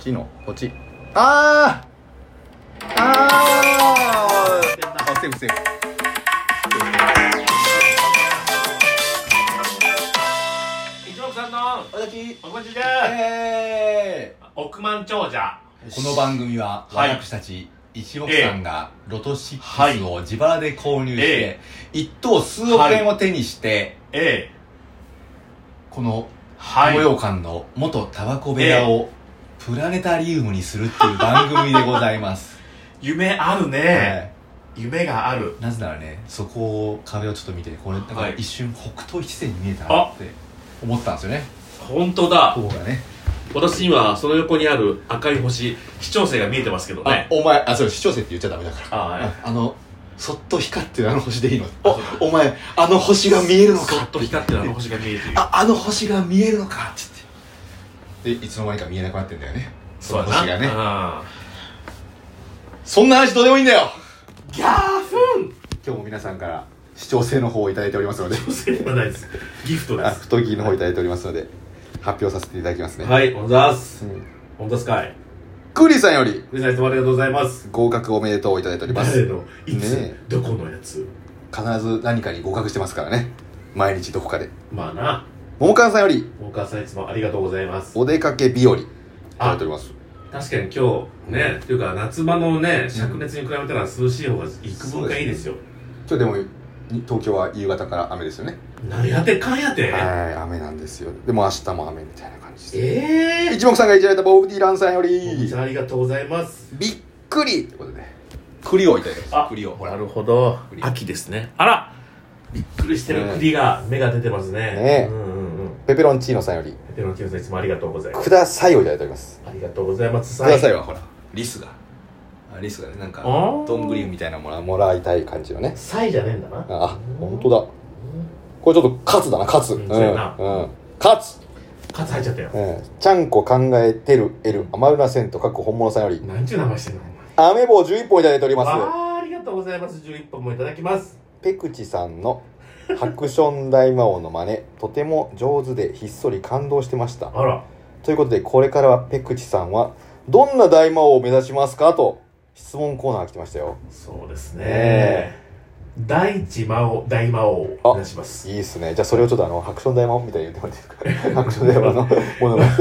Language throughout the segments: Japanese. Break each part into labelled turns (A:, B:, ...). A: ちのポチあーあーあセーフセーフ
B: 一目さんの
A: 小崎
B: おこちじゃ
C: え
B: 億万長者
C: ーこの番組は
B: はい
C: 私たち一目さんがロト6を自腹で購入し
B: え
C: て一等数億円を手にして
B: ええ
C: この
B: はい
C: 東洋館の元タバコ部屋をプラネタリウムにするっていう番組でござい ます、
B: 夢ある
C: は
B: ね、
C: い
B: 夢がある
C: なぜならねそこを壁をちょっと見てこれなん
B: は
C: か
B: い
C: 一瞬北東一星に見えたなって思ったんですよね
B: 本当だ
C: ここがね
B: 私今その横にある赤い星視聴生が見えてますけど
C: あ
B: ね
C: お前あそう視聴生って言っちゃダメだから
B: あはい
C: ああのそっと光ってるあの星でいいのおお前あの星が見えるの
B: そ
C: か
B: っと光ってるあの星が見えている
C: ああの星が見えるのかつってでいつの間にか見えなくなってんだよねその星がね
B: な
C: そんな話どうでもいいんだよ
B: うんギャーフ
C: 今日も皆さんから視聴性の方をいただいておりますので
B: ンそれはないですギフトで
C: あ
B: す
C: 太着の方いただいておりますので発表させていただきますね、
B: はいおざす
C: うん
B: おざすかい
C: クーリーさんより
B: 皆さんいつもありがとうございます
C: 合格おめでとうをいただいておりま
B: 誰
C: す
B: のいつ、
C: ね
B: どこのやつ
C: 必ず何かに合格してますからね毎日どこかで
B: まあな
C: 桃川さんより
B: お母さんいつもありがとうございます
C: お出かけ日和いただいております
B: 確かに今日ねというか夏場のね灼熱に比べたら涼しい方が幾分かいいですよ
C: 今日でも東京は夕方から雨ですよね
B: なんやてかんやて
C: はい雨なんですよでも明日も雨みたいな感じです
B: ええ
C: 一目さんがいただいたボブ・ディランさんよ
B: ー、お
C: り
B: さんありがとうございます
C: びっくりってことで栗をいただいてます
B: あ
C: 栗をほら
B: な
C: ね
B: るほど
C: 栗
B: 秋ですねあらびっくりしてる栗が芽が出てます
C: え
B: ねうんうんうん
C: ペペロンチーノさんより
B: ペテロンキムさんいつもありがとうございます
C: くださいをいただいております
B: ありがとうございます
C: くださ
B: い
C: いはほらリスがあリスがねなんか
B: あー
C: どんぐりみたいなのもらもらいたい感じのね
B: サイじゃねえんだな
C: あ本当だこれちょっとカツだなカツう
B: うん
C: ん、う、
B: そうやなん
C: カツ
B: カツ入っちゃったよ
C: うんちゃんこ考えてる L アマウラセント各本物さんより
B: 何ちゅう名前してんのお前
C: アメ棒11本いただいております
B: あーありがとうございます11本もいただきます
C: ペクチさんの「ハクション大魔王の真似とても上手でひっそり感動してました
B: あら」
C: ということでこれからはペクチさんはどんな大魔王を目指しますかと質問コーナーが来てましたよ
B: そうです
C: ねえ
B: ね。第一魔王、大魔王を
C: あ
B: お願いします。
C: いいっすねじゃあそれをちょっとあのハクション大魔王みたいに言ってもらっていいです かハクション大魔王のものまね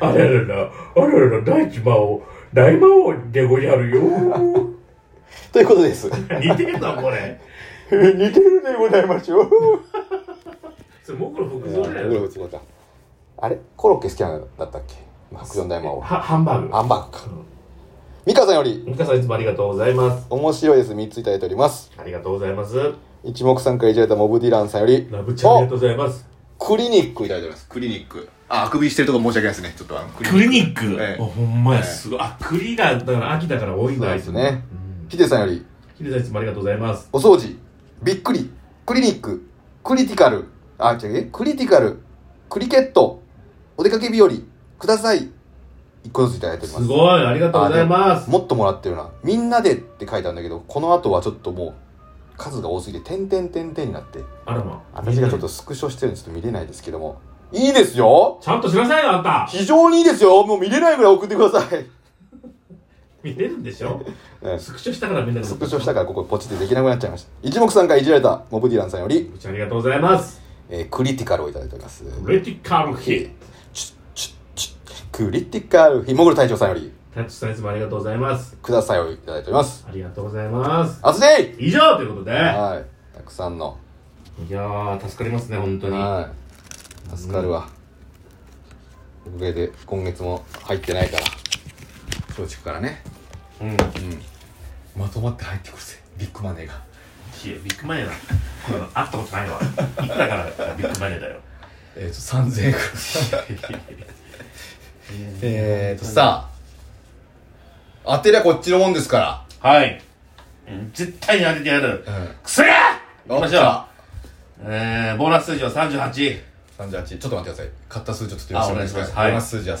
B: あららら、あららら、第一魔王、大魔王でごじゃるよ。
C: ということです似
B: 似てるな、これ。
C: てるでござ いましょう
B: それ、僕の服装だよ。
C: あれコロッケ好きなんだったっけハクション大魔王
B: は、ハンバーグ。
C: ハンバーグか
B: うん
C: ミカさんより
B: ミカさんいつもありがとうございます。
C: 面白いです3ついただいております
B: ありがとうございます。
C: 一目散からいただいたモブディランさんより
B: ラブちゃんありがとうございます。
C: クリニックいただいておりますクリニックああくびしてるとこ申し訳ないですねちょっとあのク
B: クリニック。
C: ええ
B: あほんま
C: え
B: や、
C: え
B: すごい。あ、栗が、だから秋だから多いん
C: そう
B: だ、
C: ですね
B: うん。
C: ヒデさんより
B: ヒデさんいつもありがとうございます。
C: お掃除びっくりクリニッククリティカルあ違うえクリティカルクリケットお出かけ日和ください一個ずついただいております
B: すごい、ありがとうございます。
C: もっともらってるなみんなでって書いてあるんだけどこの後はちょっともう数が多すぎて点々点々になって
B: あらま。
C: 私がちょっとスクショしてるんでちょっと見れないですけどもいいですよ
B: ちゃんとしなさいよ、あんた。
C: 非常にいいですよもう見れないぐらい送ってください
B: 見れるんでしょ
C: ええ
B: スクショしたからみんなで
C: スクショしたからここポチってできなくなっちゃいました一目散からいじられたモブディランさんより、
B: ご視聴ありがとうございます
C: えークリティカルをいただいております
B: クリティカルヒット
C: チュッチュッチュックリティカルひもぐる隊長さんより
B: タッチさんいつもありがとうございます
C: くださいをいただいております
B: ありがとうございます
C: あつで
B: 以上ということでいや
C: はいたくさんの
B: ー助かりますね本当に
C: はい助かるわおかげで今月も入ってないから松竹からね
B: うん
C: うんまとまって入ってくるぜビッグマネーが
B: いやビッグマネーだこれ会ったことないわいくらからビッグマネーだよ
C: えっ、と3000円くらい えっとさあ当てりゃこっちのもんですか
B: はい絶対に当ててやる
C: らうん
B: くせえ行きましょう
C: おっ
B: えー、ボーナス数字は38
C: 38ちょっと待ってください買った数字をちょっとよろしくお願いします
B: あお願いしますはい
C: ボーナス数字は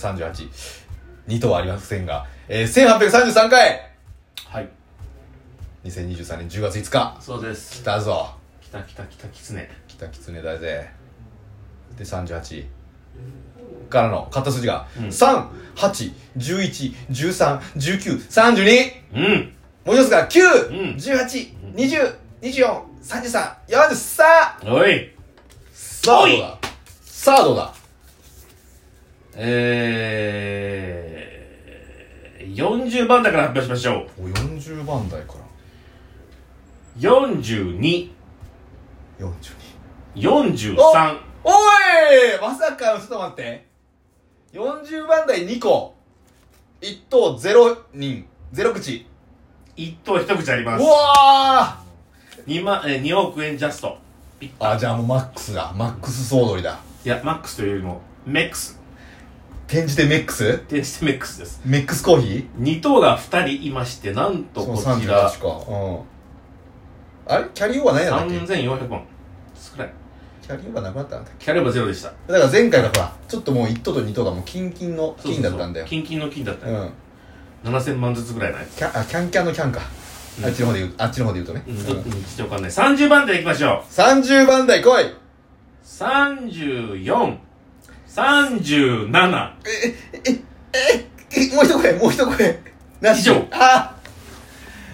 C: 382とはありませんが、えー、1833回
B: はい
C: 2023年10月5日
B: そうです
C: 来たぞ
B: きたきたきたきつね
C: 来た狐だぜで38からの買った数字が、
B: うん
C: 3、8、11、13、19、32!
B: うん
C: もう一つが
B: うん
C: 9、18、20、24、33、43!
B: おい
C: さあ
B: お
C: ど
B: いう
C: ださあどうだ
B: えー、40番台から発表しましょう
C: お40番台から
B: 4242
C: 42
B: 43
C: おいまさかのちょっと待って40番台2個1等0人0口
B: 一等一口あり
C: う
B: ます
C: わー
B: 2, 万えー2億円ジャストピッ
C: あじゃあもうマックスだマックス総取りだ
B: いやマックスというよりもメックス
C: 転じてメックス
B: 転してメックスです
C: メックスコーヒー
B: 2等が2人いましてなんとこ
C: そう
B: ちら
C: 38かうんあれキャリーオーバーないやったっけ
B: 3400万少ない
C: キャリーオーバーなくなったんだっ
B: キャリアはゼロでした
C: けだから前回がほらちょっともう1等と2等がもうキンキンの金だったんだよ
B: 金金の金だった
C: う
B: よ、
C: ん
B: 7000万ずつぐらいのやつ
C: キャあキャンキャンのキャンか、あっちの方で言うあっちの方で言うとね、
B: うん、ちょっ
C: う
B: と
C: ん
B: ちょっとわかんない30番でいきましょう
C: 30番台来い
B: 3437
C: えもう一声もう一声なし
B: 以上
C: あ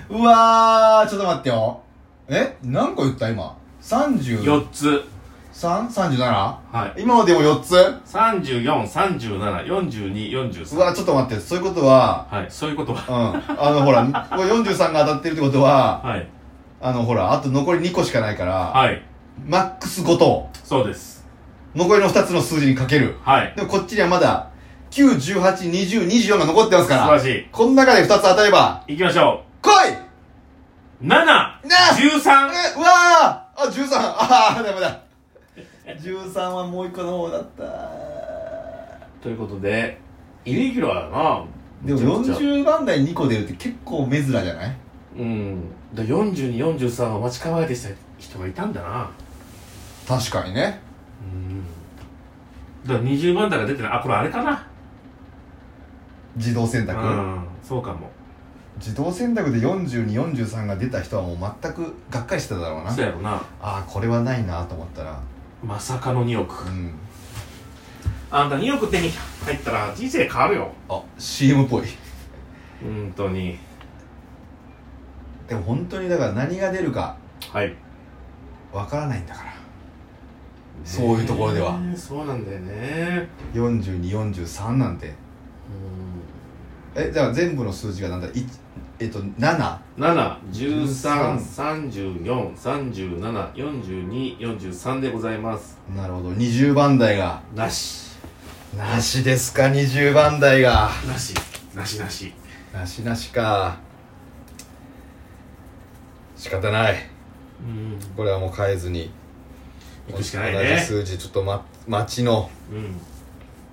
C: うわーちょっと待ってよえ何個言った今
B: 4つ
C: 33?37?
B: はい
C: 今のでも4つ
B: 34374243
C: うわちょっと待ってそういうことは
B: はいそういうこと
C: う
B: は
C: んあのほらこれ43が当たってるってことは
B: はい
C: あのほらあと残り2個しかないから、
B: はい
C: マックス5と
B: そうです
C: 残りの2つの数字にかける
B: はい
C: でもこっちにはまだ9182024が残ってます
B: 素
C: か
B: 晴ら
C: ら
B: しい
C: この中で2つ当たれば
B: いきましょ
C: 来いう
B: 7
C: ね
B: 13
C: えうわーあ十13ああダメだ13はもう一個の方だった
B: ということでイレギュラーな
C: で
B: めちゃ
C: も
B: くちゃ
C: 40番台2個出るって結構珍じゃない
B: うんで4243を待ち構えてた人がいたんだな
C: 確かにね
B: うんだから20番台が出てないあこれあれかな
C: 自動選択、
B: うんそうかも
C: 自動選択で4243が出た人はもう全くがっかりしてただろうな
B: そうやろな
C: ああこれはないなと思ったら
B: まさかの2億
C: うん
B: あんた2億手に入ったら人生変わるよ
C: あ CM っぽい
B: 本当に
C: でも本当にだから何が出るか
B: はい
C: わからないんだからそういうところでは
B: ねえそうなんだよね
C: 4243なんてえじゃあ全部の数字がなんだいちえっと 7?
B: 71334374243でございます
C: なるほど20番台が
B: なし
C: なしですか20番台が
B: なしなしなし
C: なしなしか仕方ない
B: うん
C: これはもう変えずに
B: 行くしかない
C: 同じ
B: ね
C: 数字ちょっと、ま、待ちの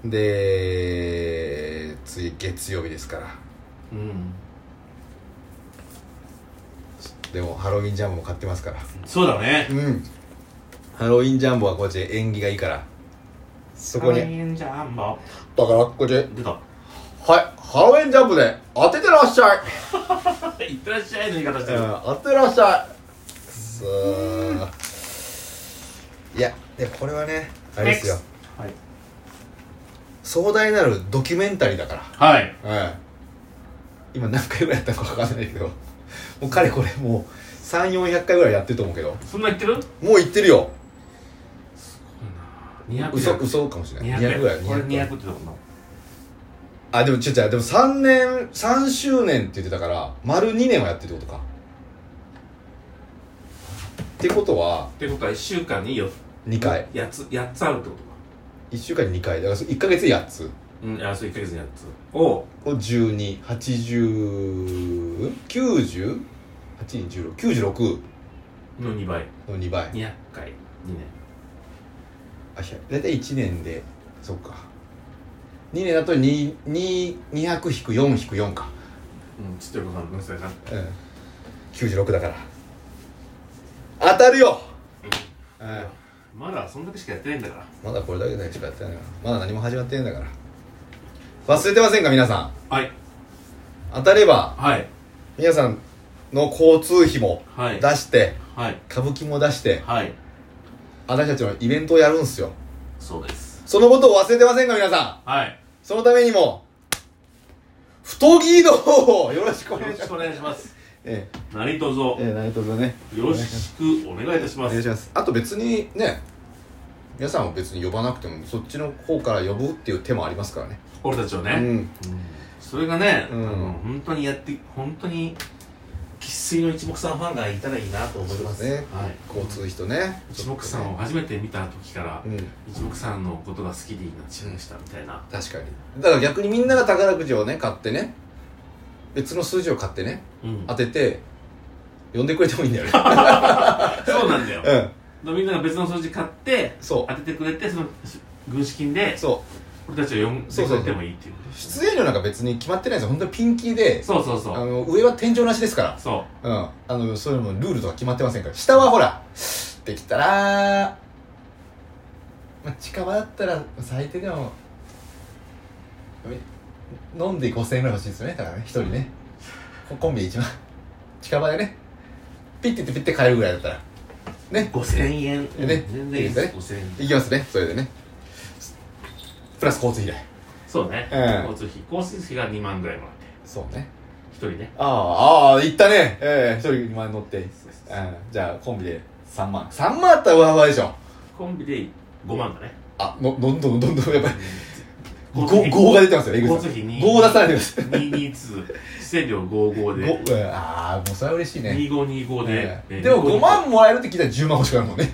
B: うん
C: で次月曜日ですから
B: うん
C: でもハロウィンジャンボも買ってますから
B: そうだね
C: うんハロウィンジャンボはこっち縁起がいいからそこ
B: ハロウ
C: に
B: ィンジャンボ
C: だからこっちはい
B: 出た
C: ハロウィンジャンボで当ててらっしゃい
B: いってらっしゃいの言い方してる
C: うん、当てらっしゃいくそーいやでもこれはねあれですよ
B: はい
C: 壮大なるドキュメンタリーだか
B: はい
C: ら、はい、今何回ぐらいやったか分かんないけどもう彼これもう3400回ぐらいやってると思うけど
B: そんな言ってる
C: もういってるよ
B: 200
C: 嘘嘘かもしれない200ぐらい
B: 200これ200ってとこな
C: あでも違う違うでも3年3周年って言ってたから丸2年はやってるってことかってことは
B: ってことは1週間によ
C: 2回
B: 8つ8つあるってことか
C: 1週間に2回だから1ヶ月で8つ
B: うんあそう1ヶ月に8つを
C: これ12809096
B: の2倍
C: の2倍
B: 200回2年
C: あひゃ大体1年でそうか2年だと2 2 200引く4引く4か、
B: うんちょっとよくわかんないそれな
C: うん、96だから当たるよ、うん
B: まだそんだけしかやってないんだから
C: まだこれだけでしかやってないからまだ何も始まってないんだから忘れてませんか皆さん
B: はい
C: 当たれば
B: はい
C: 皆さんの交通費も
B: は
C: 出
B: い
C: して
B: はい
C: 歌舞伎も出して
B: はい
C: 私たちのイベントをやるんすよ
B: そうです
D: そのことを忘れてませんか、皆さん。
B: はい
D: そのためにも、太着移動をよろしくお
B: よ
D: 願い
B: ろ
D: します。
B: しくお願いします
D: ええ、
B: 何卒よ
D: ええ、何卒ね。
B: ろしくお願いいたし
D: お
B: ま
D: 願いし
B: す
D: ます。
C: あと別にね皆さんは別に呼ばなくてもそっちの方から呼ぶっていう手もありますからね
B: 俺たちをね、
C: うん
B: それがね、
C: うん
B: あの本当にやって本当に生粋の一目散ファンがいたらいいなと思います
C: そうですね
B: はい、
C: 交通費とね
B: 一目散を初めて見た時から、
C: うん
B: 一目散のことが好きでいいなって思いましたみたいな、
C: 確かにだから逆にみんなが宝くじをね買ってね別の数字を買ってね
B: うん
C: 当てて呼んでくれてもいいんだよ ね
B: そうなんだよ、
C: うん
B: みんなが別の数字買って
C: そう
B: 当ててくれてその軍資金で
C: そ
B: 俺たちを呼んで
C: そう
B: く
C: そうそ
B: れ
C: う
B: てもいいっていう
C: う出演料なんか別に決まってないんですよ本当にピンキーで
B: そうそうそう
C: あの上は天井なしですから
B: そ
C: うんあのそういうのもルールとか決まってませんから下はほらできたら、まあ、近場だったら最低でもえ飲んで5000円ぐらい欲しいですよねだからね1人ねココンビで一番近場でねピッてってピッて買えるぐらいだったら
B: う5000円、
C: でね
B: 全然いい
C: いい
B: で
C: です
B: 5000円
C: いきますねそれでねプラス交通費代
B: そうね、
C: うん
B: 交通費交通費が2万ぐらいもらって
C: そうね
B: 一人ね
C: ああああ行ったねええ一人2万円乗って、うん、じゃあコンビで3万3万あったらわわでしょ
B: コンビで5万だね
C: あのどんどんどんどんやっぱり
B: 交通費
C: 5が出てますよ江口さん
B: 交通費に
C: 5を出さないでください
B: 222出演料55で
C: ごうんああもうそれは嬉しいね
B: 2525で
C: え、えでも
B: 五
C: 5万もらえるって聞いたら10万欲しくなるもんね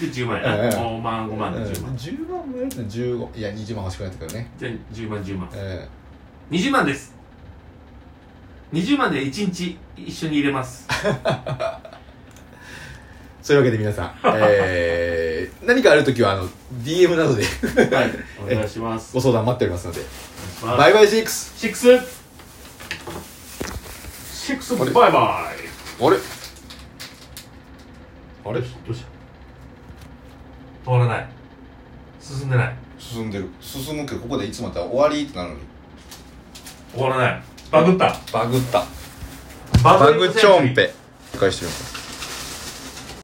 B: で10万やな、
C: ええ
B: 5万5万で10万、
C: 10万もらえるって15いや20万欲しくなってくるね
B: じゃあ10万10万
C: え
B: 20万です20万で1日一緒に入れます
C: えそういうわけで皆 さんええ何かある時はあの DM などで
B: はい お願いしま す
C: ご相談待っておりますので
B: バ
C: バ
B: イ
C: イバイシックス
B: シックスシックスバイバイ
C: あれ
B: あれどうした終わらない進んでない
C: 進んでる進むけどここでいつまた終わりってなるのに
B: 終わらないバグった
C: バグった
B: バ
C: バ
B: グ
C: グ
B: っ
C: チ
B: ちょ
C: ョ
B: ん
C: ン
B: ぺ
C: ペ返してみます